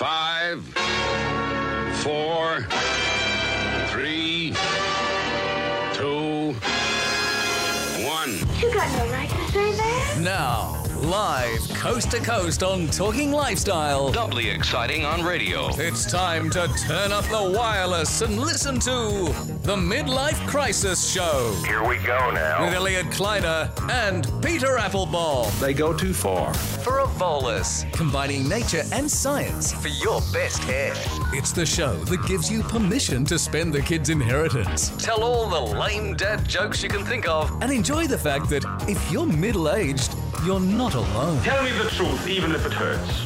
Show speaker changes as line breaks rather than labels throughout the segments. five, four, three, two, one.
You got no right to say that.
Now, live coast to coast on Talking Lifestyle,
Doubly exciting on radio.
it's time to turn up the wireless and listen to The Midlife Crisis Show
Here we go
with
now.
Elliot Kleiner and Peter Applebaum
They go too far.
for a bolus
combining nature and science.
for your best hair.
It's the show that gives you permission to spend the kid's inheritance
Tell all the lame dad jokes you can think of.
and enjoy the fact that if you're middle aged, you're not alone.
Tell me the truth, even if it hurts.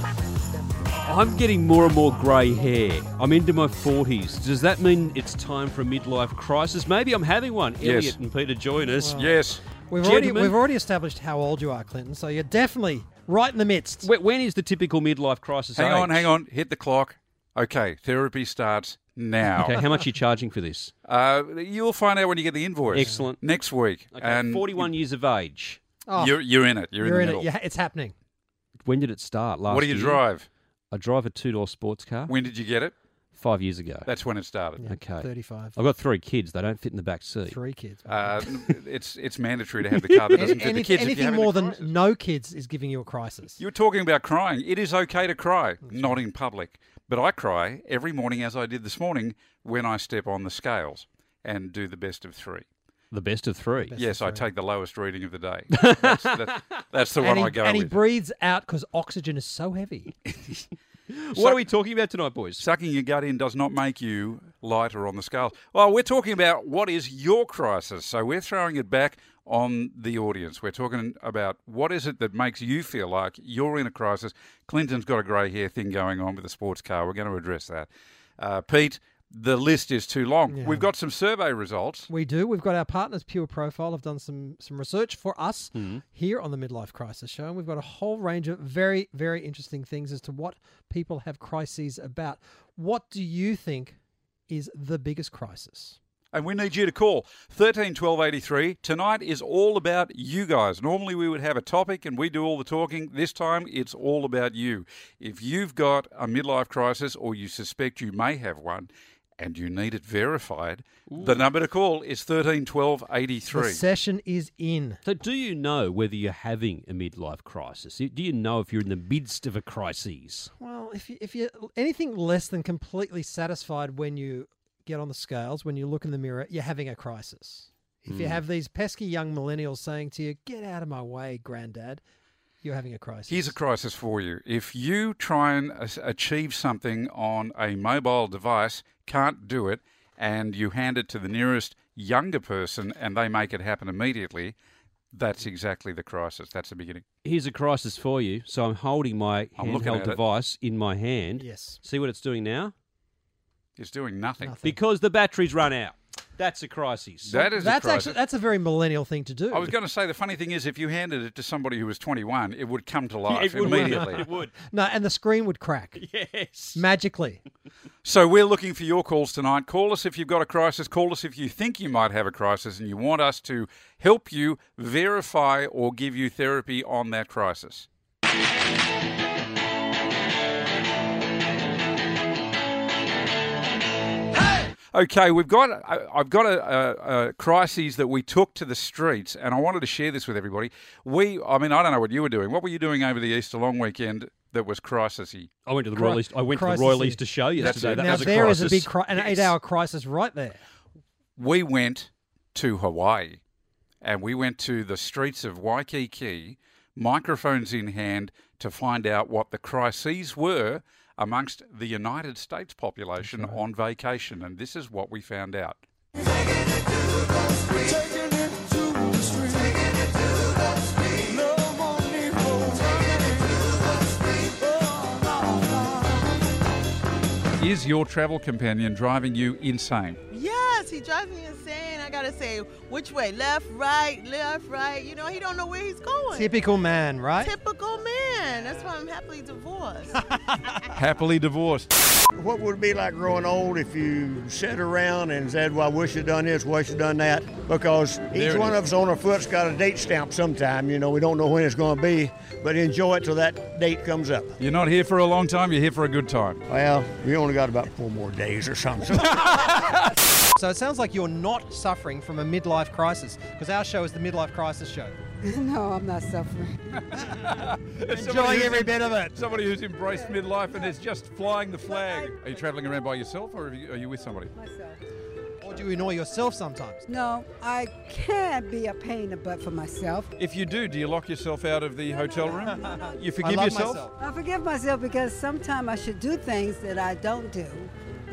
I'm getting more and more grey hair. I'm into my 40s. Does that mean it's time for a midlife crisis? Maybe I'm having one. Elliot and Peter join us.
Yes.
We've already,
Gentlemen.
we've already established how old you are, Clinton, so you're definitely right in the midst.
Wh- When is the typical midlife crisis?
Hang on, hang on. Hit the clock. Okay, therapy starts now.
Okay, how much are you charging for this?
Uh, you'll find out when you get the invoice.
Excellent.
Next week.
Okay, 41 years of age.
Oh,
You're, you're in it. You're,
you're
in, the
it.
middle.
Yeah, it's happening.
When did it start? Last
What do you
year?
drive?
I drive a two-door sports car
When did you get it?
five years ago.
That's when it started.
okay.
35.
I've got three kids. They don't fit in the back seat.
Three kids.
Uh, it's it's mandatory to have the car that doesn't
Any-
fit the
any-
kids. if you're
anything
having
more
a
than
crisis.
no kids is giving you a crisis.
you were talking about crying. It is okay to cry, not in public, but I cry every morning as I did this morning when I step on the scales and do the best of three.
The best of three.
yes, I take the lowest reading of the day. That's, that's, that's the one
and he,
I go
and
with.
he breathes out because oxygen is so heavy.
What are we talking about tonight, boys?
Sucking your gut in does not make you lighter on the scale. Well, we're talking about what is your crisis. So we're throwing it back on the audience. We're talking about what is it that makes you feel like you're in a crisis. Clinton's got a grey hair thing going on with the sports car. We're going to address that. Uh, Pete, the list is too long. We've got some survey results.
We do. We've got our partners, Pure Profile, have done some, some research for us
Hmm.
here on the Midlife Crisis Show, and we've got a whole range of very, very interesting things as to what people have crises about. What do you think is the biggest crisis?
And we need you to call 13 12 83. Tonight is all about you guys. Normally we would have a topic and we do all the talking. This time it's all about you. If you've got a midlife crisis or you suspect you may have one and you need it verified, the number to call is 13 12 83.
The session is in.
So, do you know whether you're having a midlife crisis? Do you know if you're in the midst of a crisis?
Well, if you, if you anything less than completely satisfied when you get on the scales, when you look in the mirror, you're having a crisis. If
Hmm.
you have these pesky young millennials saying to you, "Get out of my way, granddad," you're having a crisis.
Here's a crisis for you. If you try and as- achieve something on a mobile device, can't do it, and you hand it to the nearest younger person and they make it happen immediately, that's exactly the crisis. That's the beginning.
Here's a crisis for you. So I'm holding my
I'm looking at
handheld
it.
device in my hand.
Yes.
See what it's doing now?
It's doing nothing.
Nothing.
Because the battery's run out. That's a crisis.
That is
that's
a crisis.
actually that's a very millennial thing to do.
I was going to say the funny thing is if you handed it to somebody who was 21, it would come to life
it would, wouldn't it?
immediately.
It would.
no, and the screen would crack
Yes.
magically.
So we're looking for your calls tonight. Call us if you've got a crisis. Call us if you think you might have a crisis and you want us to help you verify or give you therapy on that crisis. Okay, we've got I- I've got a, a, a crises that we took to the streets, and I wanted to share this with everybody. We, I mean, I don't know what you were doing. What were you doing over the Easter long weekend that was crisisy?
I went to the
Cri-
Royal Easter. I went to the Royal
crisis-y.
Easter show yesterday.
it.
That
now
was a
there is
crisis.
a big cri- an eight-hour crisis right there.
we went to Hawaii and we went to the streets of Waikiki, microphones in hand, to find out what the crises were amongst the United States population on vacation. And this is what we found out. Is your travel companion driving you insane?
Yes, he drives me insane. I gotta say, which way? Left, right, left, right. You know, he don't know where he's going.
Typical man, right?
Typical man. That's why I'm happily divorced.
Happily divorced.
What would it be like growing old if you sat around and said, well, I wish you'd done this, wish you'd done that? Because each
it
one of us on our foot's got a date stamp sometime. You know, we don't know when it's going to be, but enjoy it till that date comes up.
You're not here for a long time, you're here for a good time.
Well, we only got about four more days or something.
So it sounds like you're not suffering from a midlife crisis because our show is the midlife crisis show.
No, I'm not suffering.
Enjoying every bit of it.
Somebody who's embraced midlife and is just flying the flag. Are you travelling around by yourself or are you, are you with somebody?
Myself.
Or do you annoy yourself sometimes?
No, I can be a pain in the butt for myself.
If you do, do you lock yourself out of the hotel room? You
I
forgive
love
yourself?
myself.
I forgive myself because sometimes I should do things that I don't do,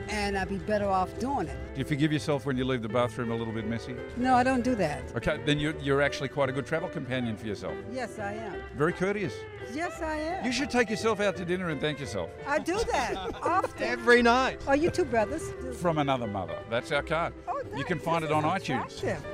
and I'd be better off doing it.
Do you forgive yourself when you leave the bathroom a little bit messy?
No, I don't do that.
Okay, then you're, you're actually quite a good travel companion for yourself.
Yes, I am.
Very courteous.
Yes, I am.
You should take yourself out to dinner and thank yourself.
I do that often.
Every night.
Are you two brothers?
From another mother. That's our card.
Oh,
you can find it on iTunes.
Attractive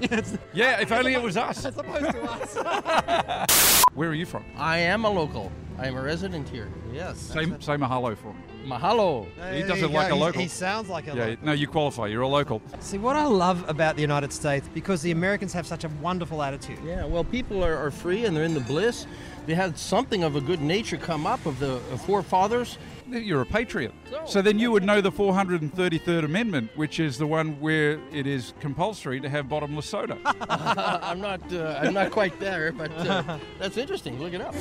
picture.
Yeah, if only it was us. As
opposed to us.
Where are you from?
I am a local. I am a resident here. Yes.
Say, say mahalo for me.
Mahalo.
he doesn't like a local.
sounds like a
yeah, no, you qualify. You're a local.
See, what I love about the United States, because the Americans have such a wonderful attitude.
Yeah, well, people are, are free and they're in the bliss. They had something of a good nature come up of the uh, forefathers.
You're a patriot. So then you would know the 433rd Amendment, which is the one where it is compulsory to have bottomless soda.
I'm not. Uh, I'm not quite there, but uh, that's interesting. Look it up.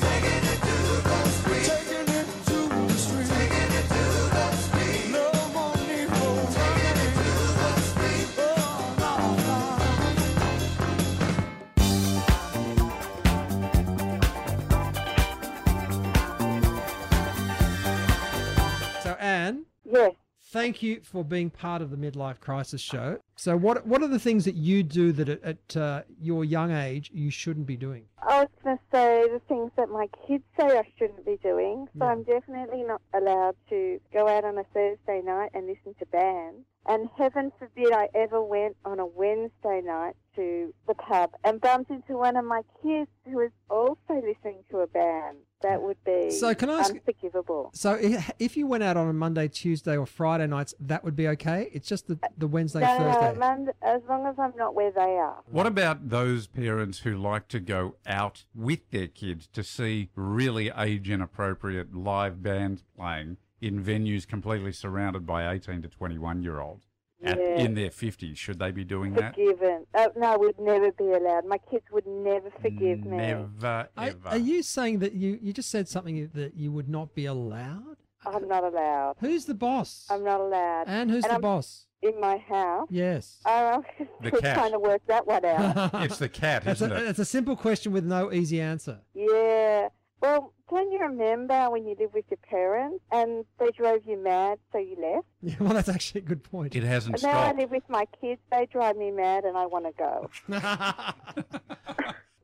So, Anne.
Yes.
Thank you for being part of the midlife crisis show. So, what what are the things that you do that at, at uh, your young age you shouldn't be doing?
I was going to say the things that my kids say I shouldn't be doing. So
Yeah.
I'm definitely not allowed to go out on a Thursday night and listen to bands. And heaven forbid I ever went on a Wednesday night to the pub and bumped into one of my kids who is also listening to a band. That would be
So can I ask-
unforgivable.
So, i- if you went out on a Monday, Tuesday, or Friday nights, that would be okay. It's just the, the Wednesday,
no, no,
Thursday.
no, Mond- as long as I'm not where they are.
What about those parents who like to go out with their kids to see really age inappropriate live bands playing in venues completely surrounded by 18 to 21 year olds at,
Yeah.
in their 50s? Should they be doing that?
Forgiven. Oh, no, I would never be allowed. My kids would never forgive me.
Never,
Are,
ever.
are you saying that you, you just said something that you would not be allowed?
I'm not allowed.
Who's the boss?
I'm not allowed.
And who's the
I'm
boss?
In my house.
Yes.
Oh,
The
I'm
cat.
trying to work that one out.
it's the cat,
That's a,
isn't it?
that's a simple question with no easy answer.
yeah. Well, don't you remember when you lived with your parents and they drove you mad, so you left?
Yeah, well, that's actually a good point.
It hasn't
And now I live with my kids. They drive me mad, and I want to go.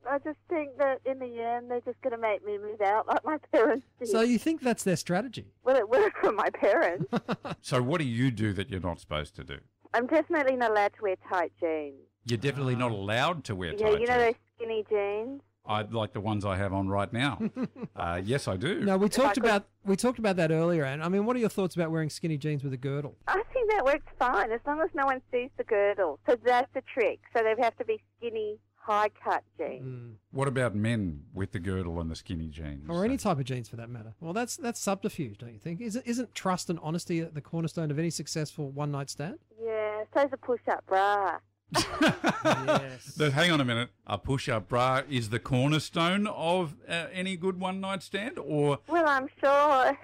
I just think that in the end, they're just going to make me move out like my parents did.
So you think that's their strategy?
Well, it worked for my parents.
So, what do you do that you're not supposed to do?
I'm definitely not allowed to wear tight jeans.
You're definitely not allowed to wear
Uh-huh. yeah,
tight
you know those skinny jeans.
I like the ones I have on right now. uh, yes, I do.
No, we talked about we talked about that earlier, and I mean, what are your thoughts about wearing skinny jeans with a girdle?
I think that works fine as long as no one sees the girdle. So that's the trick. So they have to be skinny, high cut jeans.
What about men with the girdle and the skinny jeans?
Or any type of jeans for that matter. Well, that's that's subterfuge, don't you think? Isn't isn't trust and honesty the cornerstone of any successful one night stand?
Yeah, so's a push up bra.
So hang on a minute. A push-up bra is the cornerstone of uh, any good one-night stand, or
Well, I'm sure.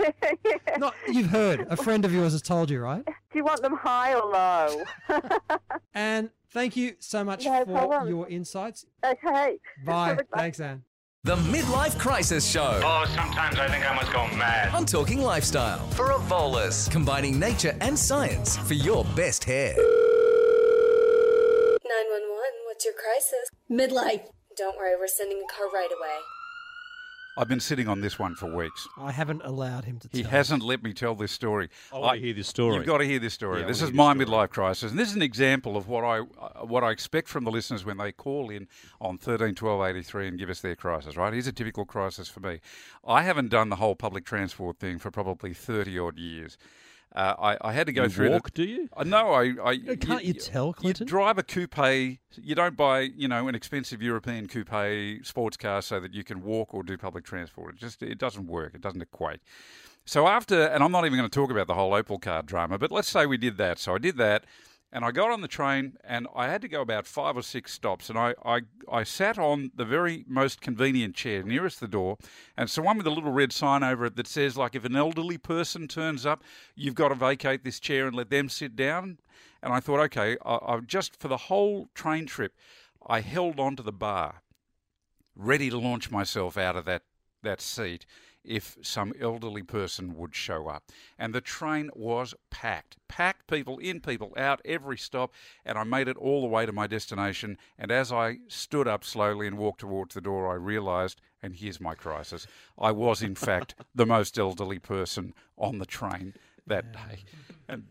Not you've heard. A friend of yours has told you, right?
Do you want them high or low?
And thank you so much
No
for
problem.
your insights.
okay.
Bye. Thanks, Anne.
The Midlife Crisis Show.
Oh, sometimes I think I must go mad.
I'm talking lifestyle.
For a volus.
Combining nature and science for your best hair.
911, what's your crisis? Midlife. Don't worry, we're sending a car right away.
I've been sitting on this one for weeks.
I haven't allowed him to.
He
tell.
hasn't let me tell this story.
I wanna hear this story.
You've got to hear this story.
Yeah, I
this
wanna
is
hear
my midlife crisis, and this is an example of what I uh, what I expect from the listeners when they call in on thirteen twelve eighty three and give us their crisis. Right? Here's a typical crisis for me. I haven't done the whole public transport thing for probably thirty odd years. Uh, I, I had to go
You
through.
walk,
the, do you? Uh, no, I. I
Can't you tell, Clinton?
You drive a coupe. You don't buy, you know, an expensive European coupe sports car so that you can walk or do public transport. It just it doesn't work. It doesn't equate. So after, and I'm not even going to talk about the whole Opal car drama, but let's say we did that. So I did that, and I got on the train, and I had to go about five or six stops, and I I, I sat on the very most convenient chair nearest the door, and it's the one with a little red sign over it that says like if an elderly person turns up, you've got to vacate this chair and let them sit down. And I thought, okay, I, I just for the whole train trip, I held on to the bar, ready to launch myself out of that that seat if some elderly person would show up. And the train was packed, packed people in, people out, every stop. And I made it all the way to my destination. And as I stood up slowly and walked towards the door, I realised, and here's my crisis, I was in fact the most elderly person on the train that day. And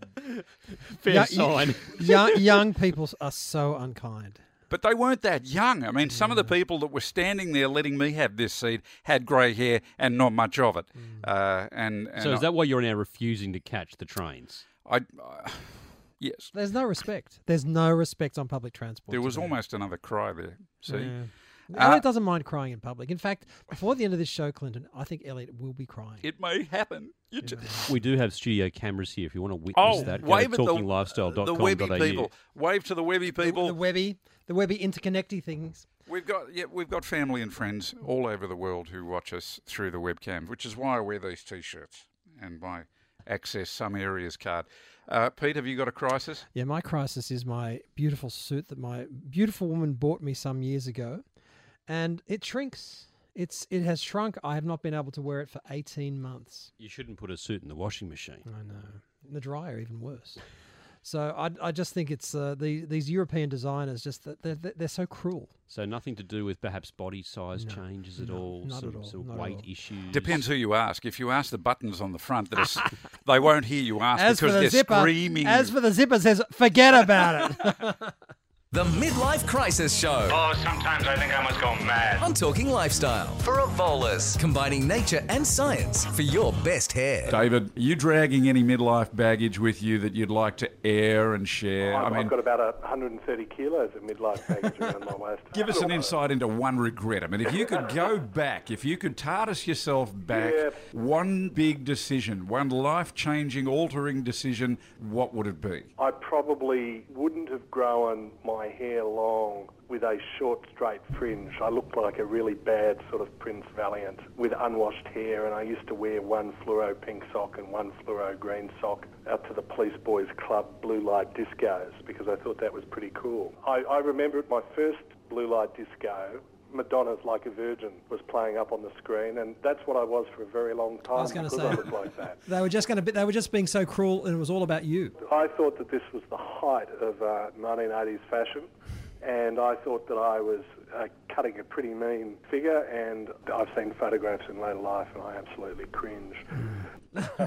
Young- young, young people are so unkind.
But they weren't that young. I mean, some of the people that were standing there letting me have this seat had grey hair and not much of it. Uh, and, and
Mm. So is
I-
that why you're now refusing to catch the trains?
I, I yes,
There's no respect. There's no respect on public transport.
there was
today.
almost another cry there. See,
Yeah.
Uh,
Elliot doesn't mind crying in public. In fact, before the end of this show, Clinton, I think Elliot will be crying.
it may happen. You ju-
We do have studio cameras here if you want to witness
oh,
that. Go to
wave at the,
talkinglifestyle.com.au.
the Webby people. Wave to the Webby people.
The Webby, the Webby interconnecty things.
We've got yeah, we've got family and friends all over the world who watch us through the webcam, which is why I wear these t-shirts and my access some areas card. Uh, Pete, have you got a crisis?
Yeah, my crisis is my beautiful suit that my beautiful woman bought me some years ago, and it shrinks. It's it has shrunk. I have not been able to wear it for eighteen months.
You shouldn't put a suit in the washing machine.
I know. In the dryer, even worse. So I, I just think it's uh, the, these European designers just that they're, they're they're so cruel.
So nothing to do with perhaps body size changes at all,
not at
some,
all,
some
not at
weight
all.
issues.
Depends who you ask. If you ask the buttons on the front, that is, they won't hear you ask
As for
because
the
they're
zipper,
screaming.
as for the zipper says, forget about it.
The Midlife Crisis Show.
Oh, sometimes I think I must go mad.
On Talking Lifestyle. For Evolus. Combining nature and science for your best hair.
David, are you dragging any midlife baggage with you that you'd like to air and share?
I've, I've got about a 130 kilos of midlife baggage around my waist.
Give us an insight into one regret. I mean, if you could go back, if you could TARDIS yourself back,
Yeah.
one big decision, one life changing, altering decision, what would it be?
I probably wouldn't have grown my hair long with a short, straight fringe. I looked like a really bad sort of Prince Valiant with unwashed hair, and I used to wear one fluoro pink sock and one fluoro green sock out to the Police Boys Club blue light discos because I thought that was pretty cool. I, I remember at my first blue light disco, Madonna's Like a Virgin was playing up on the screen, and that's what I was for a very long time
was gonna
because
say.
I looked like that.
They were just going to be. They were just being so cruel, and it was all about you.
I thought that this was the height of uh, 1980s fashion, and I thought that I was uh, cutting a pretty mean figure. And I've seen photographs in later life, and I absolutely cringe.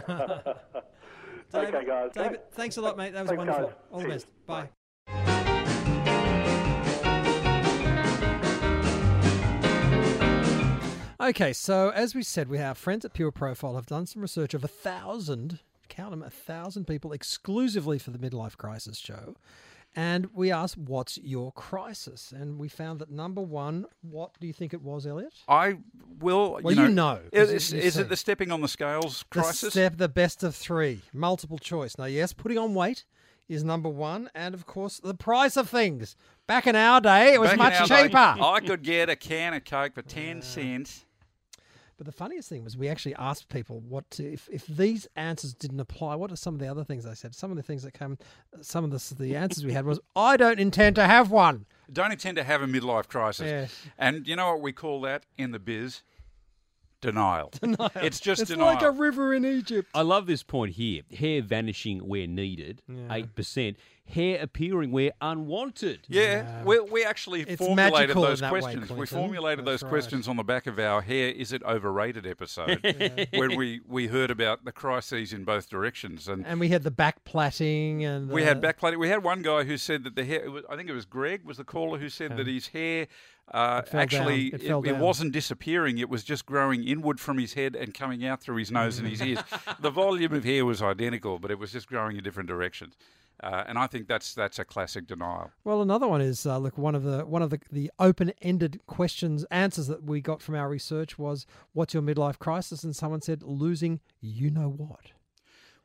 okay, guys.
David, thanks a lot, mate. That was
Thanks,
wonderful.
guys.
All the
Cheers.
best. Bye. Okay, so as we said, we our friends at Pure Profile have done some research of a thousand, count them, a thousand people exclusively for the Midlife Crisis show. And we asked, what's your crisis? And we found that number one, what do you think it was, Elliot?
I will.
Well,
you know,
you know, 'cause
Is, is,
you- you see.
it the stepping on the scales
The
crisis?
step, the best of three, multiple choice. Now, yes, putting on weight is number one, and of course, the price of things. Back in our day, it was
Back in
much
our day,
cheaper.
I could get a can of Coke for 10 cents.
But the funniest thing was we actually asked people what to, if, if these answers didn't apply, what are some of the other things they said? Some of the things that came, some of the, the answers we had was, I don't intend to have one.
Don't intend to have a midlife crisis.
Yes.
And you know what we call that in the biz? Denial. denial. It's just
it's
denial.
like a river in Egypt.
I love this point here. Hair vanishing where needed,
Yeah.
eight percent. hair appearing where unwanted.
Yeah, we, we actually
Um, It's
formulated
magical in
those
that way,
questions. we
Quentin.
formulated
That's
those
right.
questions on the back of our "Hair is it overrated?" episode
Yeah.
when we we heard about the crises in both directions, and,
And we had the back plaiting and
we
the-
had backplating. We had one guy who said that the hair. It was, I think it was Greg was the caller who said that his hair uh,
It fell
actually
down. It
it,
fell
it
down.
wasn't disappearing. It was just growing inward from his head and coming out through his nose and his ears. The volume of hair was identical, but it was just growing in different directions. Uh, and I think that's that's a classic denial.
Well, another one is uh, look one of the one of the, the open-ended questions answers that we got from our research was what's your midlife crisis and someone said losing you know what.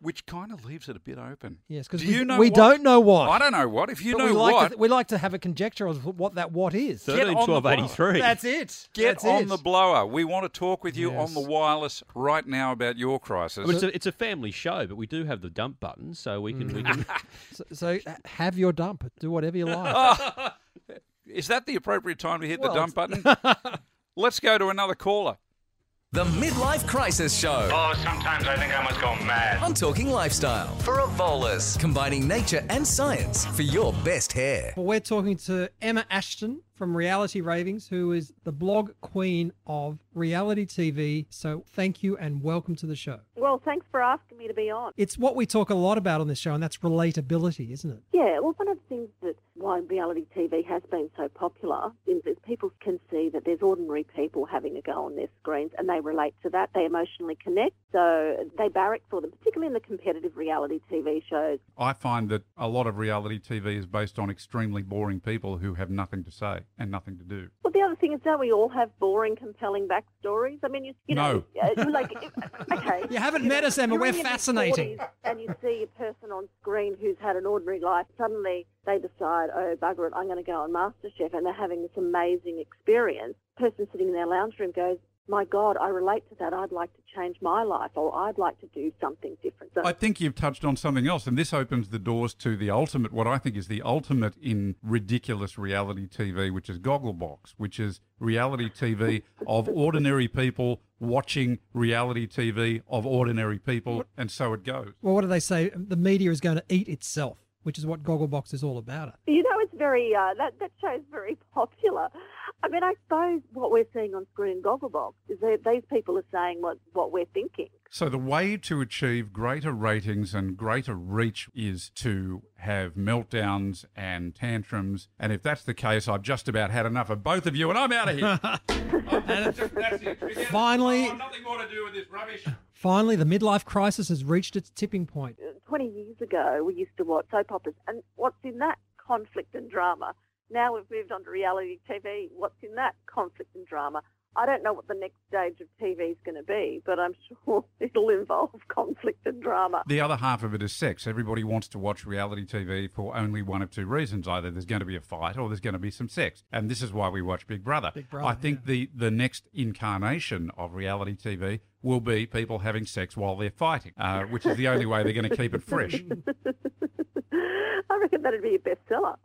Which kind of leaves it a bit open.
Yes, because
Do
we,
you know
we
what?
don't know what.
I don't know what. If you
But
know
we like
what,
to, we like to have a conjecture of what that what is.
Get on the blower.
That's it.
Get
That's
on
it.
the blower. We want to talk with you
Yes.
on the wireless right now about your crisis.
I mean, it's, a, it's a family show, but we do have the dump button, so we can. We can
So, so have your dump. Do whatever you like.
Oh, is that the appropriate time to hit
Well,
the dump button? Let's go to another caller.
The Midlife Crisis Show.
Oh, sometimes I think I must go mad.
On Talking Lifestyle. For Evolus. Combining nature and science for your best hair.
Well, we're talking to Emma Ashton from Reality Ravings, who is the blog queen of reality TV. So thank you and welcome to the show.
Well, thanks for asking me to be on.
It's what we talk a lot about on this show, and that's relatability, isn't it?
Yeah, well, one of the things that why reality TV has been so popular is that people can see that there's ordinary people having a go on their screens and they relate to that. They emotionally connect, so they barrack for them, particularly in the competitive reality TV shows.
I find that a lot of reality TV is based on extremely boring people who have nothing to say and nothing to do.
Well, the other thing is, don't we all have boring, compelling backstories? I mean, you, you know, uh, like, if- okay.
You haven't met us, Emma.
you're
We're
in your
fascinating.
40s And you see a person on screen who's had an ordinary life. Suddenly they decide, oh, bugger it, I'm going to go on MasterChef. And they're having this amazing experience. person sitting in their lounge room goes, my God, I relate to that. I'd like to change my life or I'd like to do something different. So,
I think you've touched on something else, and this opens the doors to the ultimate, what I think is the ultimate in ridiculous reality TV, which is Gogglebox, which is reality TV of ordinary people watching reality TV of ordinary people, and so it goes.
Well, what do they say? The media is going to eat itself, which is what Gogglebox is all about.
you know, it's very, uh, that, that show's very popular. I mean, I suppose what we're seeing on screen in Gogglebox is that these people are saying what, what we're thinking.
So, the way to achieve greater ratings and greater reach is to have meltdowns and tantrums. And if that's the case, I've just about had enough of both of you, and I'm out of here.
Finally,
Oh, Nothing more to do with this rubbish.
finally, the midlife crisis has reached its tipping point.
20 years ago, we used to watch soap operas, and what's in that? Conflict and drama. Now we've moved on to reality TV. What's in that? Conflict and drama. I don't know what the next stage of TV is going to be, but I'm sure it'll involve conflict and drama.
The other half of it is sex. Everybody wants to watch reality TV for only one of two reasons. Either there's going to be a fight or there's going to be some sex. And this is why we watch Big Brother.
Big Brother,
I think the, the next incarnation of reality TV will be people having sex while they're fighting, uh, which is the only way they're going to keep it fresh.
I reckon that'd be a bestseller.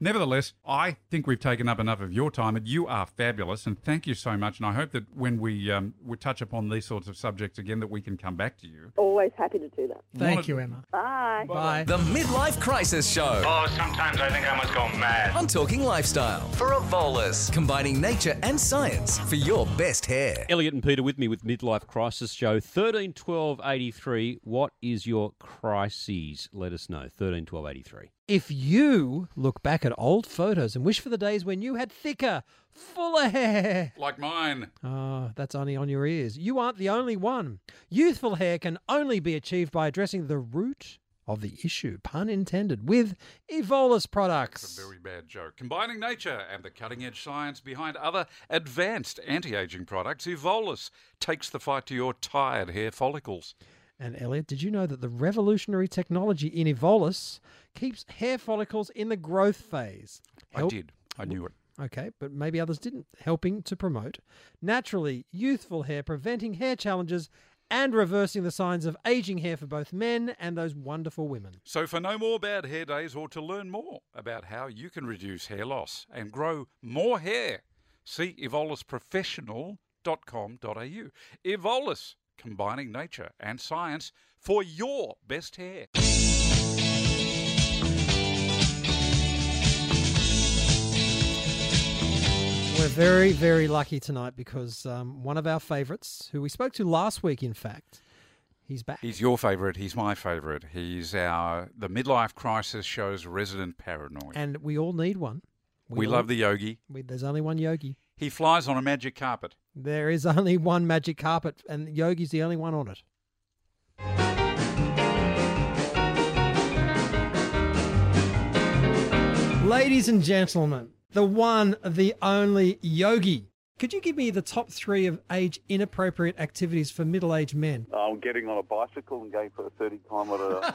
Nevertheless, I think we've taken up enough of your time, and you are fabulous, and thank you so much. And I hope that when we um, we touch upon these sorts of subjects again, that we can come back to you.
Always happy to do that.
Thank Wanna- you,
Emma.
Bye.
Bye.
The Midlife Crisis Show.
Oh, sometimes I think I must go mad.
On Talking Lifestyle. For Evolus. Combining nature and science for your best hair.
Elliot and Peter with me with Midlife Crisis Show 13 12 83. What is your crises? Let us know 13 12 83.
If you look back at old photos and wish for the days when you had thicker, fuller hair,
Like mine.
Ah, that's only on your ears. You aren't the only one. Youthful hair can only be achieved by addressing the root of the issue, pun intended, with Evolus products.
Very bad joke. Combining nature and the cutting edge science behind other advanced anti aging products, Evolus takes the fight to your tired hair follicles.
And Elliot, did you know that the revolutionary technology in Evolus keeps hair follicles in the growth phase? Help-
I did. I knew it.
Okay, but maybe others didn't, helping to promote naturally youthful hair, preventing hair challenges, and reversing the signs of aging hair for both men and those wonderful women.
So, for no more bad hair days or to learn more about how you can reduce hair loss and grow more hair, see evolusprofessional.com.au. Evolus, combining nature and science for your best hair.
We're very, very lucky tonight because um, one of our favourites, who we spoke to last week, in fact, he's back.
He's your favourite. He's my favourite. He's our the midlife crisis show's resident
Oh,
paranoid.
And we all need one.
We,
all-
love the yogi.
We, there's only one yogi.
He flies on a magic carpet.
There is only one magic carpet, and yogi's the only one on it. Ladies and gentlemen, the one, the only yogi. Could you give me the top three of age inappropriate activities for middle aged men?
Oh, I'm getting on a bicycle and going for a 30 kilometre.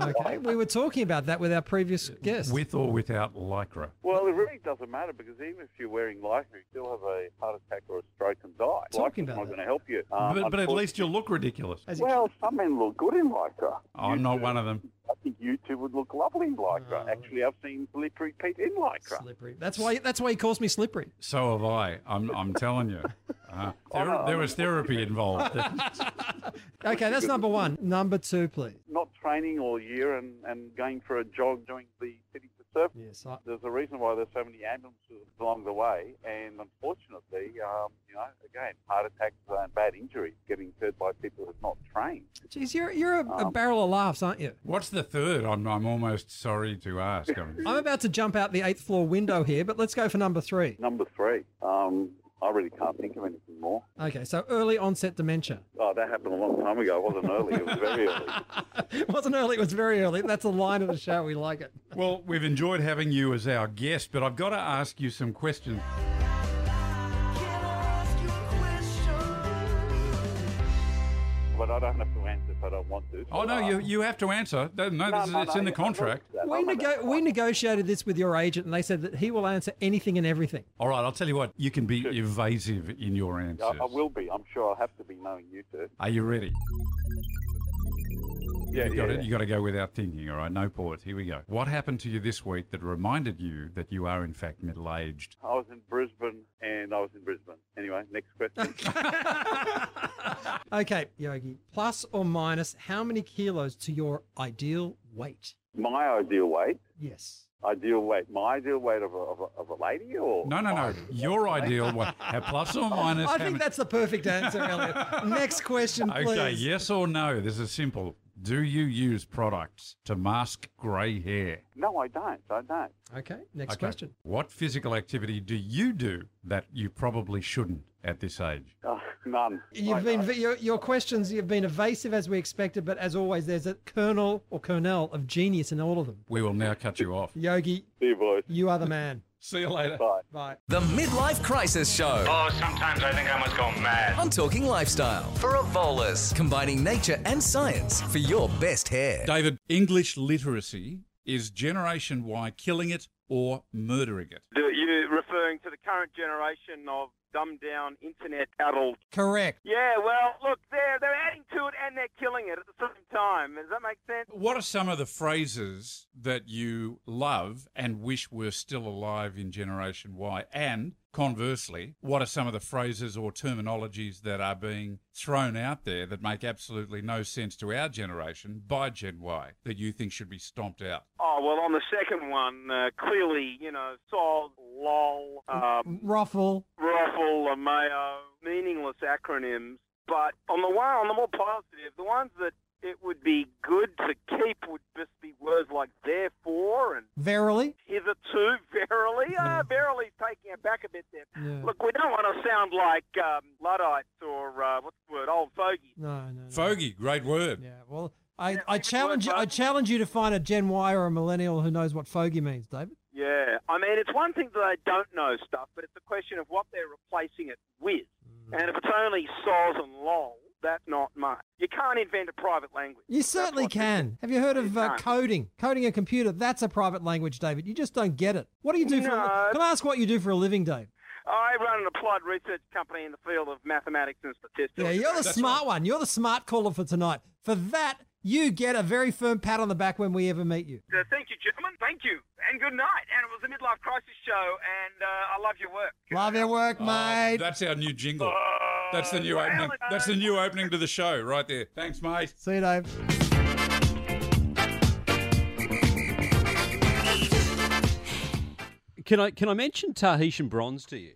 Okay, we were talking about that with our previous guest.
With or without lycra.
well, it really doesn't matter because even if you're wearing lycra, you still have a heart attack or a stroke and die.
Talking
Lycra's not
about that.
going to help you. Um,
but, but at
unfortunately-
least you'll look ridiculous.
Well, some men look good in lycra.
I'm not one of them.
I think you two would look lovely in lycra. Actually, I've seen Slippery Pete in lycra. Slippery.
That's why, that's why he calls me slippery.
So have I. I'm, I'm telling you. Uh, there, there
Oh.
was therapy involved.
Okay, that's number one. Number two, please.
Not training all year and, and going for a jog doing the city to surf.
Yes, I-
There's a reason why there's so many ambulances along the way, and unfortunately, um, you know, again, heart attacks and bad injuries getting incurred by people who've not trained.
Jeez, you're, you're a,
Oh.
a barrel of laughs, aren't you?
What's the third? I'm, I'm almost sorry to ask. I'm-
I'm about to jump out the eighth floor window here, but let's go for number three.
Number three, um, I really can't think of anything more.
Okay, so early onset dementia.
Oh, that happened a long time ago. It wasn't early. It was very early.
It wasn't early, it was very early. That's the line of the show. We like it.
well, we've enjoyed having you as our guest, but I've got to ask you some questions.
But I don't have to answer if I don't want to. Uh,
Oh, no, you, you have to answer. No,
No,
no, this is
no,
it's
no,
in the
yeah, I know
contract.
that.
We, nego- we negotiated this with your agent, and they said that he will answer anything and everything.
All right, I'll tell you what, you can be evasive in your
I,
answers.
I will be. I'm sure I'll have to be knowing you two.
Are you ready?
Yeah,
you got
yeah,
to,
yeah.
you got to go without thinking, all right? No pause. Here we go. What happened to you this week that reminded you that you are in fact middle-aged?
I was in Brisbane, and I was in Brisbane. Anyway, next question.
Okay, Yogi, plus or minus how many kilos to your ideal weight?
my ideal weight.
Yes.
Ideal weight. My ideal weight of a, of a, of a lady, or
No, no, no. Your ideal one. How plus or minus?
I
how
think
many-
that's the perfect answer, Elliot. Next question, please.
Okay, yes or no? This is simple. Do you use products to mask grey hair?
No, I don't. I don't.
Okay, next
Okay.
question.
What physical activity do you do that you probably shouldn't at this age?
Oh, none.
You've been your, your questions. You've been evasive as we expected, but as always, there's a kernel or kernel of genius in all of them.
We will now cut you off.
Yogi,
See you, boys.
you are the man.
See you later.
Bye.
Bye.
The Midlife Crisis Show.
Oh, sometimes I think I must go mad.
On Talking Lifestyle. For Evolus. Combining nature and science for your best hair.
David, English literacy is Generation Y killing it or murdering it?
You're referring to the current generation of dumbed down internet adult.
Correct.
Yeah, well, look, they're, they're adding to it and they're killing it at the same time. Does that make sense?
What are some of the phrases that you love and wish were still alive in Generation Y? And conversely, what are some of the phrases or terminologies that are being thrown out there that make absolutely no sense to our generation by Gen Y that you think should be stomped out?
Oh, well, on the second one, uh, clearly, you know, sod, lol,
mm.
um,
Ruffle.
ruffle, and mayo, meaningless acronyms. But on the one, on the more positive, the ones that it would be good to keep would just be words like therefore and
Verily.
hitherto, verily.
Hmm.
Ah, verily's taking it back a bit there. Look, we don't want to sound like um, Luddites or, uh, what's the word, old fogies.
No, no.
Fogey, great word.
Yeah. Well, I, I challenge you. I challenge you to find a Gen Y or a millennial who knows what fogey means, David.
Yeah, I mean, it's one thing that they don't know stuff, but it's a question of what they're replacing it with.
Hmm.
And if it's only soz and lol, that's not much. You can't invent a private language.
You certainly can. Have you heard of uh,
No.
coding? Coding a computer. That's a private language, David. You just don't get it. What do you do for?
No.
A, can I ask what you do for a living, Dave?
I run an applied research company in the field of mathematics and statistics.
Yeah, you're the
That's
smart one. You're the smart caller for tonight. For that, you get a very firm pat on the back when we ever meet you.
right. Uh, thank you, gentlemen. Thank you. And good night. And it was the Midlife Crisis Show, and uh, I love your work.
Love your work, mate.
Oh, That's our new jingle. That's the new opening. That's the new opening to the show right there. Thanks, mate.
See you, Dave.
Can I can I mention Tahitian bronze to you?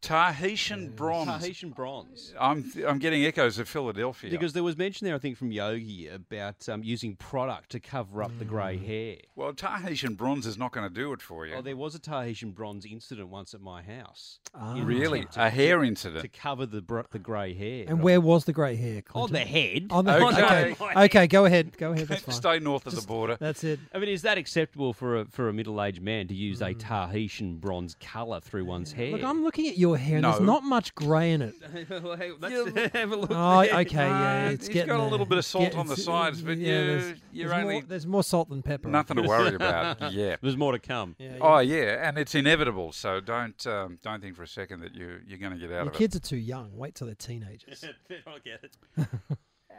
Tahitian bronze.
Tahitian bronze.
I'm I'm getting echoes of Philadelphia.
Because there was mention there, I think, from Yogi about um, using product to cover up the grey hair.
well, Tahitian bronze is not going to do it for you.
Oh, there was a Tahitian bronze incident once at my house.
Ah.
In an
Really?
attempt
A hair
To
incident?
cover the br- the grey hair.
And where was the grey hair?
On
Clinton?
the head.
On the okay. okay. go ahead. Go ahead. That's fine.
Stay north of the border.
That's it.
I mean, is that acceptable for a for a middle aged man to use a Tahitian bronze colour through one's hair?
Mm. Look, I'm looking at your hair, and there's
No.
not much grey in it.
well, hey, that's, have a look.
Oh, okay, yeah,
Uh,
it's
he's
getting
got a
there.
little bit of
It's
salt
get-
on the
it's-
sides, but
yeah,
you-
there's-
you're
there's
only-
more, there's more salt than pepper. I
Nothing to
think.
worry about. Yeah.
There's more to come.
Oh yeah, and it's inevitable. So don't um, don't think for a second that you you're going to get out of
Your kids are too young. Wait till they're teenagers.
it.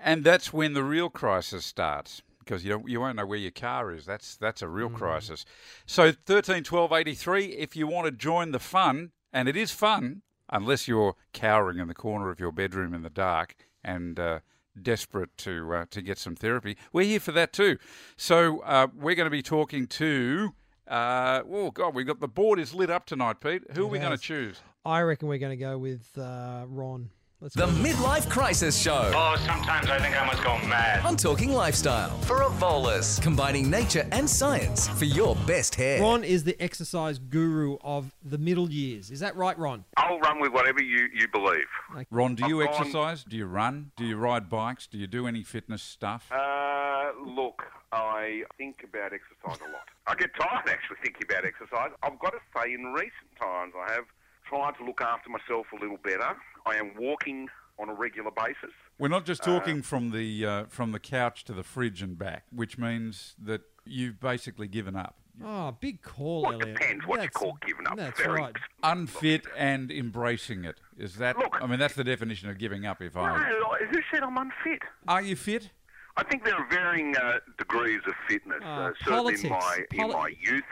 And that's when the real crisis starts because you don't, you won't know where your car is. That's that's a real crisis. So thirteen twelve eighty three. If you want to join the fun, and it is fun, unless you're cowering in the corner of your bedroom in the dark and. Uh, Desperate to uh, to get some therapy. We're here for that too. So uh, we're going to be talking to. Uh, oh God, we have got the board is lit up tonight, Pete. Who are
It
we going to
has.
choose?
I reckon we're going to go with uh, Ron. Let's
The
go.
Midlife Crisis Show.
Oh, sometimes I think I must go mad.
On Talking Lifestyle. For a volus. Combining nature and science for your best hair.
Ron is the exercise guru of the middle years. Is that right, Ron?
I'll run with whatever you, you believe.
Ron, do you
I've gone-
exercise? Do you run? Do you ride bikes? Do you do any fitness stuff?
Uh, look, I think about exercise a lot. I get tired actually thinking about exercise. I've got to say, in recent times, I have tried to look after myself a little better. I am walking on a regular basis.
We're not just talking
from the uh, from the couch to the fridge and back, which means that you've basically given up.
Oh, big call, Elliot.
depends what
That's-
you call giving up.
That's
Very-
right.
Unfit and embracing it is that?
Look-
I mean, that's the definition of giving up. If
No,
I
I- who said I'm unfit?
are you fit?
I think there are varying uh, degrees of fitness.
Uh,
Uh, certainly in my,
politics.
in
Poli-
my youth,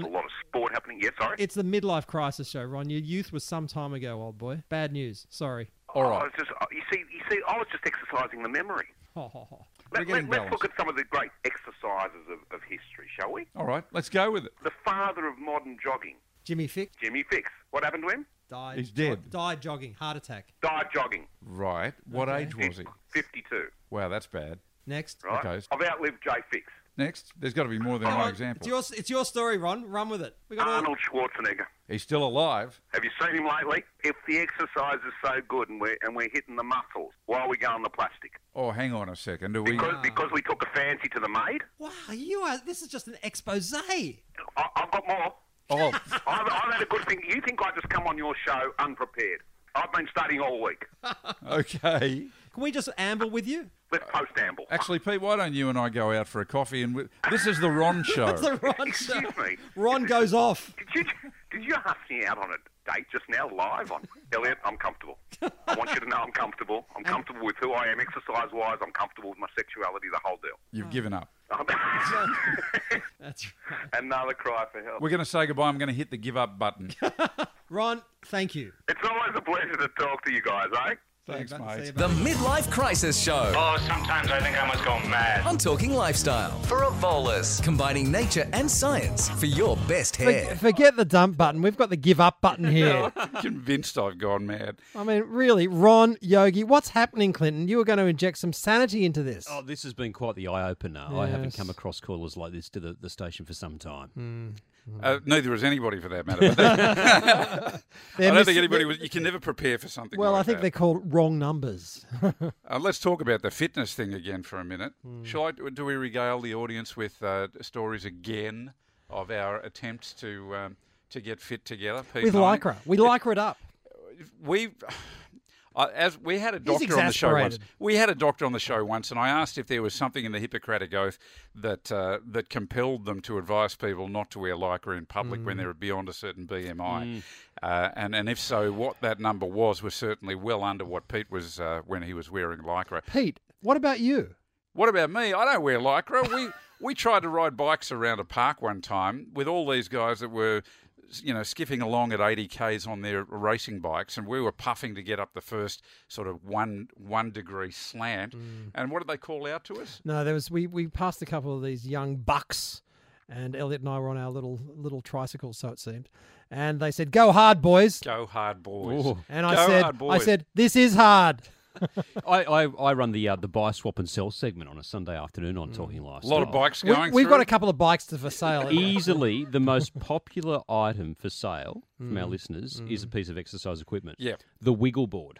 there was a lot of sport happening. Yes, sorry.
It's the midlife crisis show, Ron. Your youth was some time ago, old boy. Bad news. Sorry.
All
I was just, uh, you see, you see, I was just exercising the memory. Let,
getting
us look at some of the great exercises of, of history, shall we?
All right, let's go with it.
The father of modern jogging,
Jimmy Fick
Jimmy Fix. What happened to him?
died.
He's dead.
Died jogging, heart attack.
Died jogging.
Right. What
Okay.
age was he?
52.
Wow, that's bad.
Next.
Right?
Okay.
I've outlived Jay Fix.
Next, there's got to be more than
Come
one
on, It's
example.
your, it's your story, Ron. Run with it. We got all...
Arnold Schwarzenegger.
He's still alive.
Have you seen him lately? If the exercise is so good and we're, and we're hitting the muscles, why are we going the plastic?
Oh, hang on a second. Are we?
Because, because we took a fancy to the maid?
Wow, you are. This is just an expose.
I, I've got more.
Oh,
I've, I've had a good thing. You think I just come on your show unprepared? I've been studying all week.
okay.
Can we just amble with you?
Let's post amble.
Actually, Pete, why don't you and I go out for a coffee? And we, this is the Ron show.
That's a Ron show.
Excuse me.
Ron goes off.
Did you did you ask me out on a date just now live on Elliot? I'm comfortable. I want you to know I'm comfortable. I'm comfortable with who I am exercise wise. I'm comfortable with my sexuality, the whole deal.
You've given up.
That's
Another cry for help.
We're going to say goodbye. I'm going to hit the give up button.
Ron, thank you.
It's always a pleasure to talk to you guys, eh?
Thanks, mate.
The Midlife Crisis Show.
Oh, sometimes I think I must go mad.
On Talking Lifestyle. For a volus. Combining nature and science for your best hair.
Forget, forget the dump button. We've got the give up button here.
I'm convinced I've gone mad.
I mean, really, Ron, Yogi, what's happening, Clinton? You were going to inject some sanity into this.
Oh, this has been quite the eye opener. I haven't
Yes. Hmm.
come across callers like this to the, the station for some time.
Uh, neither has anybody for that matter. But that- I
They're
don't
miss-
think anybody was. You can never prepare for something.
well,
like
I think
that.
they're called wrong numbers.
Uh, let's talk about the fitness thing again for a minute.
Hmm.
Shall I? Do we regale the audience with uh, stories again of our attempts to um, to get fit together? Pete
With
and I?
Lycra. We Lycra it up.
we I as we had a
He's
doctor on the show once.
exasperated.
We had a doctor on the show once, and I asked if there was something in the Hippocratic Oath that uh, that compelled them to advise people not to wear lycra in public
Mm.
when they were beyond a certain BMI, uh, and and if so, what that number was was certainly well under what Pete was uh, when he was wearing lycra.
Pete, what about you?
What about me? I don't wear lycra. We we tried to ride bikes around a park one time with all these guys that were, you know, skiffing along at 80 k's on their racing bikes, and we were puffing to get up the first sort of one one degree
Mm.
slant. And what did they call out to us?
No, there was we we passed a couple of these young bucks, and Elliot and I were on our little little tricycles, so it seemed. And they said, "Go hard, boys."
Go hard, boys. Ooh.
And I
Go
said,
hard,
"I
boys.
said this is hard."
I, I, I run the uh, the buy swap and sell segment on a Sunday afternoon on Talking Lifestyle.
Hmm. We- We've got a couple of bikes to for sale.
Easily the most popular item for sale from our
Mm.
listeners is a
Mm.
piece of exercise equipment.
Yeah.
The wiggle board.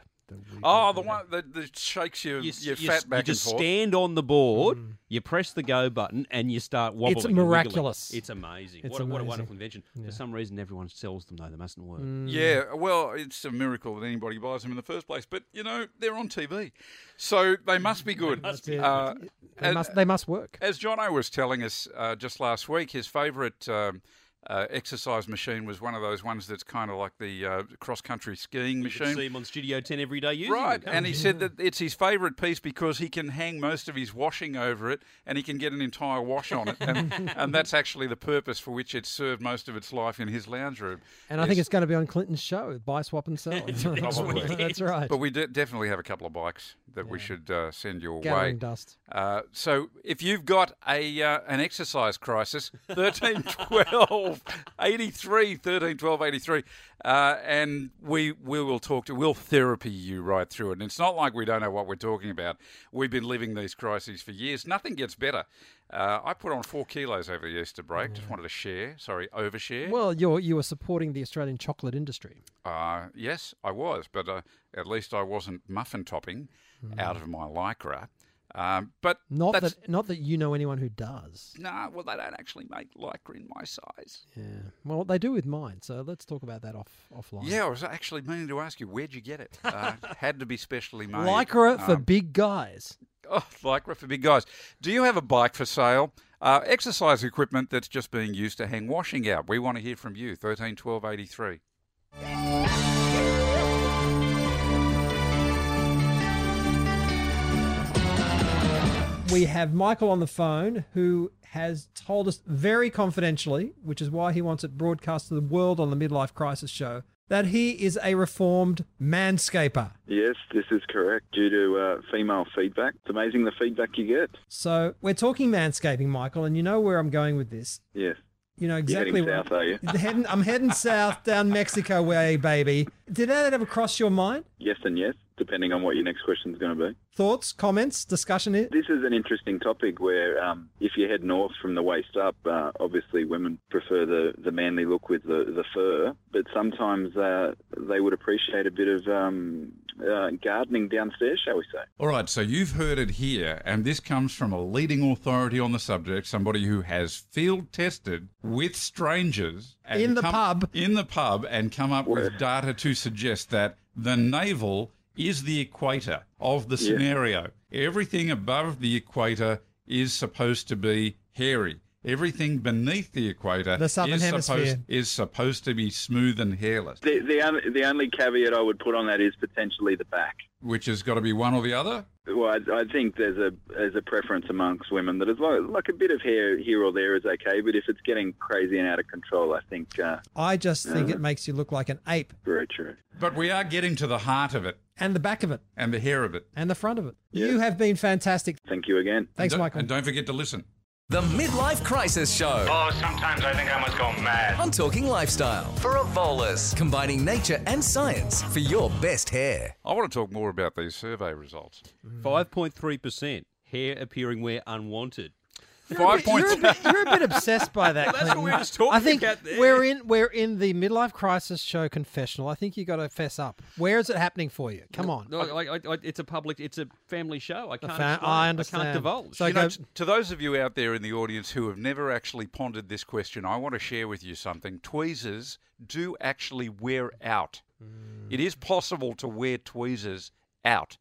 Oh, the one that, that shakes your,
You s-
your
you
fat
s-
back
you just
and forth.
stand on the board,
Mm.
you press the go button, and you start wobbling. and wiggling.
miraculous.
It's amazing.
It's
what, a- what a
amazing.
wonderful invention.
Yeah. Mm.
For some reason, everyone sells them, though. They mustn't work.
Mm.
Yeah, well, it's a miracle that anybody buys them in the first place. But you know, they're on TV, so they must be good.
must be.
Uh,
They
and-
must- they must work.
As John O was telling us uh, just last week, his favourite um, uh, exercise machine was one of those ones that's kind of like the uh, cross country skiing
You can
machine.
see him on Studio 10 every day using
Right,
them.
and he said that it's his favourite piece because he can hang most of his washing over it, and he can get an entire wash on it, and, and that's actually the purpose for which it served most of its life in his lounge room.
And I think it's going to be on Clinton's show, buy, swap, and sell.
Probably.
That's right.
But we de- definitely have a couple of bikes that we should uh, send your way.
Gathering dust.
Uh, so if you've got a uh, an exercise crisis, 13 12 83, 13 12 83, uh, and we, we will talk to, we'll therapy you right through it. And it's not like we don't know what we're talking about. We've been living these crises for years. Nothing gets better. Uh, I put on four kilos over the Easter break. Just wanted to share, sorry, overshare.
Well, you're you are supporting the Australian chocolate industry.
Uh, yes, I was, but uh, at least I wasn't muffin topping
Hmm.
out of my lycra. Um, but
Not
that's,
that not that you know anyone who does.
no, well, they don't actually make lycra in my size.
Yeah. Well, they do with mine. So let's talk about that off offline.
Yeah, I was actually meaning to ask you, where'd you get it? Uh, had to be specially made.
Lycra for
Um,
big guys.
Oh, lycra for big guys. Do you have a bike for sale? Uh, exercise equipment that's just being used to hang washing out. We want to hear from you. 13 12 83.
We have Michael on the phone who has told us very confidentially, which is why he wants it broadcast to the world on the Midlife Crisis show, that he is a reformed manscaper.
Yes, this is correct due to uh, female feedback. It's amazing the feedback you get.
So we're talking manscaping, Michael, and you know where I'm going with this.
Yes.
You know
You're heading
exactly where
south, are you?
Heading- I'm heading south down Mexico way, baby. Did that ever cross your mind?
Yes and yes, depending on what your next question is going to be.
Thoughts, comments, discussion? here?
This is an interesting topic where um, if you head north from the waist up, uh, obviously women prefer the, the manly look with the, the fur, but sometimes uh, they would appreciate a bit of um, uh, gardening downstairs, shall we say.
All right, so you've heard it here, and this comes from a leading authority on the subject, somebody who has field tested with strangers and
In the pub.
in the pub, and come up with data to suggest that the navel is the equator of the
Yeah.
scenario. Everything above the equator is supposed to be hairy. Everything beneath the equator
The southern
is, supposed,
hemisphere.
is supposed to be smooth and hairless,
The, the, on- the only caveat I would put on that is potentially the back.
which has got to be one or the other.
Well, I, I think there's a there's a preference amongst women that as long like a bit of hair here or there is okay, but if it's getting crazy and out of control, I think uh,
I just think it makes you look like an ape.
very true.
But we are getting to the heart of it
And the back of it,
and the hair of it.
and the front of it. You have been fantastic.
Thank you again.
Thanks,
And don't-
Michael.
And don't forget to listen.
The Midlife Crisis Show.
Oh,
sometimes I think I must go
mad.
On Talking Lifestyle. For a Volus. Combining nature and science for your best hair.
I want to talk more about these survey results.
Mm.
5.3% hair appearing where unwanted.
You're a bit- You're a bit, you're a bit obsessed by
That's
that.
what
Clinton.
we were just talking
I think
about there.
we're in we're in the midlife crisis show confessional. I think you got to fess up. Where is it happening for you? Come on.
Uh,
No, I, I, I, it's a public, it's a family show. I can't.
fa-
explain.
I
I
understand.
can't divulge.
So
Oh, you know,
go-
t- to those of you out there in the audience who have never actually pondered this question, I want to share with you something. Tweezers do actually wear out.
Hmm.
It is possible to wear tweezers out,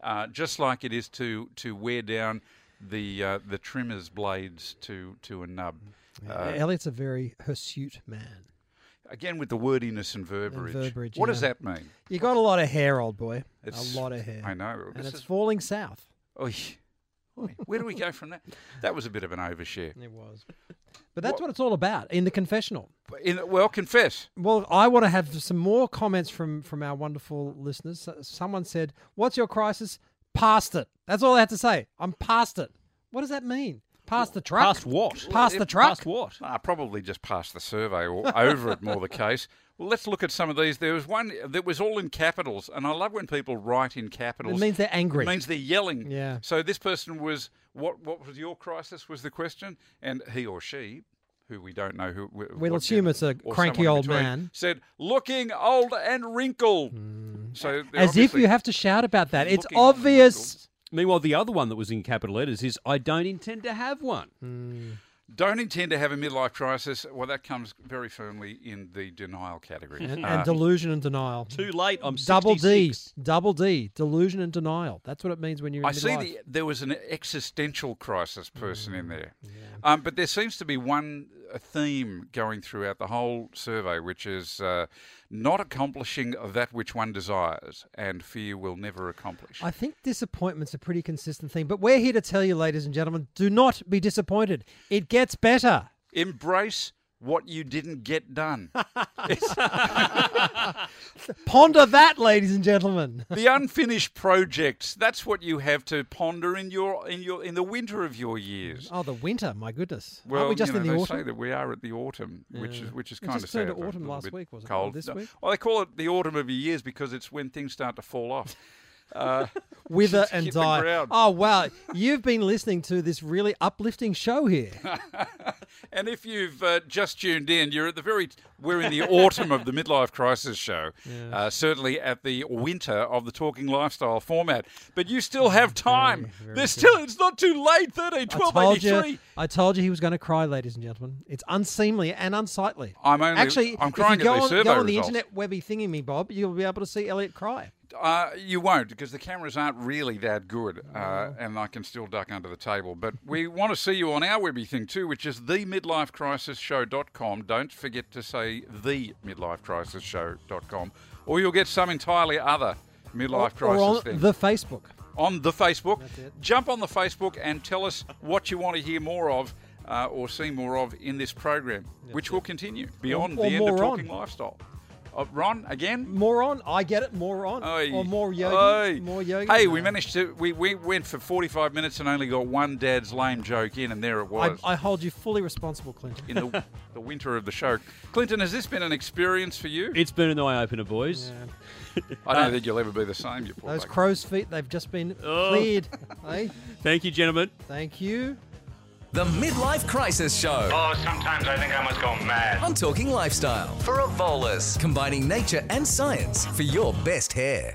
uh, just like it is to to wear down the uh, the trimmer's blades to to a nub.
Mm.
Uh,
Elliot's a very hirsute man.
again, with the wordiness and verbiage.
verbiage,
what does
yeah.
that mean?
You got a lot of hair, old boy.
It's-
a lot of hair.
I know.
And
This
it's
is-
falling south.
Oy. Oy. Where do we go from that? That was a bit of an overshare.
It was. But that's what, it's all about in the confessional.
In, well, confess.
Well, I want to have some more comments from from our wonderful listeners. So- Someone said, "What's your crisis? Past it." That's all I have to say. I'm past it. What does that mean? Past the truck.
Past what?
Past the truck.
what?
Ah, probably just past the survey or over it more the case. Well, let's look at some of these. There was one that was all in capitals, and I love when people write in capitals.
It means they're angry.
It means they're yelling.
Yeah.
So this person was what? What was your crisis? Was the question, and he or she, who we don't know who. wh-
We'll
what
assume
gender,
it's a
or
cranky
someone in
old
between,
man. Hmm.
Said looking old and wrinkled. So they're
As if
obviously-
you have to shout about that. It's
Looking
obvious.
Meanwhile, the other one that was in capital letters is I don't intend to have one.
Hmm.
don't intend to have a midlife crisis. Well, that comes very firmly in the denial category.
And,
Uh,
and delusion and denial.
Too late. I'm
double D. Double D. Delusion and denial. That's what it means when you're. In
I see
midlife.
the, there was an existential crisis person in there.
Mm,
Um, but there seems to be one a theme going throughout the whole survey, which is uh, not accomplishing that which one desires and fear will never accomplish.
I think disappointment's a pretty consistent thing, but we're here to tell you, ladies and gentlemen, do not be disappointed. It gets better.
Embrace what you didn't get done.
Ponder that, ladies and gentlemen.
the unfinished projects, that's what you have to ponder in your in your in the winter of your years.
Oh, the winter! My goodness.
Well,
Aren't we just
you know,
in the
they
autumn?
say that we are at the autumn, which
Yeah.
is which is
It
kind of
just
sad.
turned to
but a
autumn
little
last
bit
week, wasn't it? Or
Cold
this
No.
week?
Well, they call it the autumn of your years because it's when things start to fall off. Uh,
Wither
just
and
hit the
die.
ground.
Oh wow! You've been listening to this really uplifting show here.
And if you've uh, just tuned in, you're at the very we're in the autumn of the midlife crisis show. Uh, certainly at the winter of the talking lifestyle format. But you
Mm,
still have time. There's still it's not too late. 13,
I told
1283.
you. I told you he was going to cry, ladies and gentlemen. It's unseemly and unsightly.
I'm only-
actually.
I'm
if
crying
you
at
go
these
on,
survey
go on the
results.
internet webby thingy me, Bob. You'll be able to see Elliot cry.
Uh, you won't because the cameras aren't really that good, uh, and I can still duck under the table. But we want to see you on our webby thing too, which is themidlifecrisisshow.com. Don't forget to say themidlifecrisisshow.com, or you'll get some entirely other midlife
or, or
crisis
on
thing
the Facebook.
on the Facebook. Jump on the Facebook and tell us what you want to hear more of. Uh, or see more of in this program, which will continue beyond
or
the end
more
of
on.
talking lifestyle. Uh, Ron, again,
More on. I get it. More on.
Oi.
Or more yogi.
Oi.
More yogi.
Hey, we
No.
managed to. We, we went for 45 minutes and only got one dad's lame joke in, and there it
I,
was.
I hold you fully responsible, Clinton.
in the, the winter of the show. Clinton, has this been an experience for you?
It's been an eye opener, boys.
I don't think you'll ever be the same, you poor
Uh, Those
bugger.
crow's feet, they've just been
Oh.
cleared. eh? hey,
Thank you, gentlemen.
thank you.
The Midlife Crisis Show.
Oh, sometimes I think I must go mad.
On Talking Lifestyle. For Evolus. Combining nature and science for your best hair.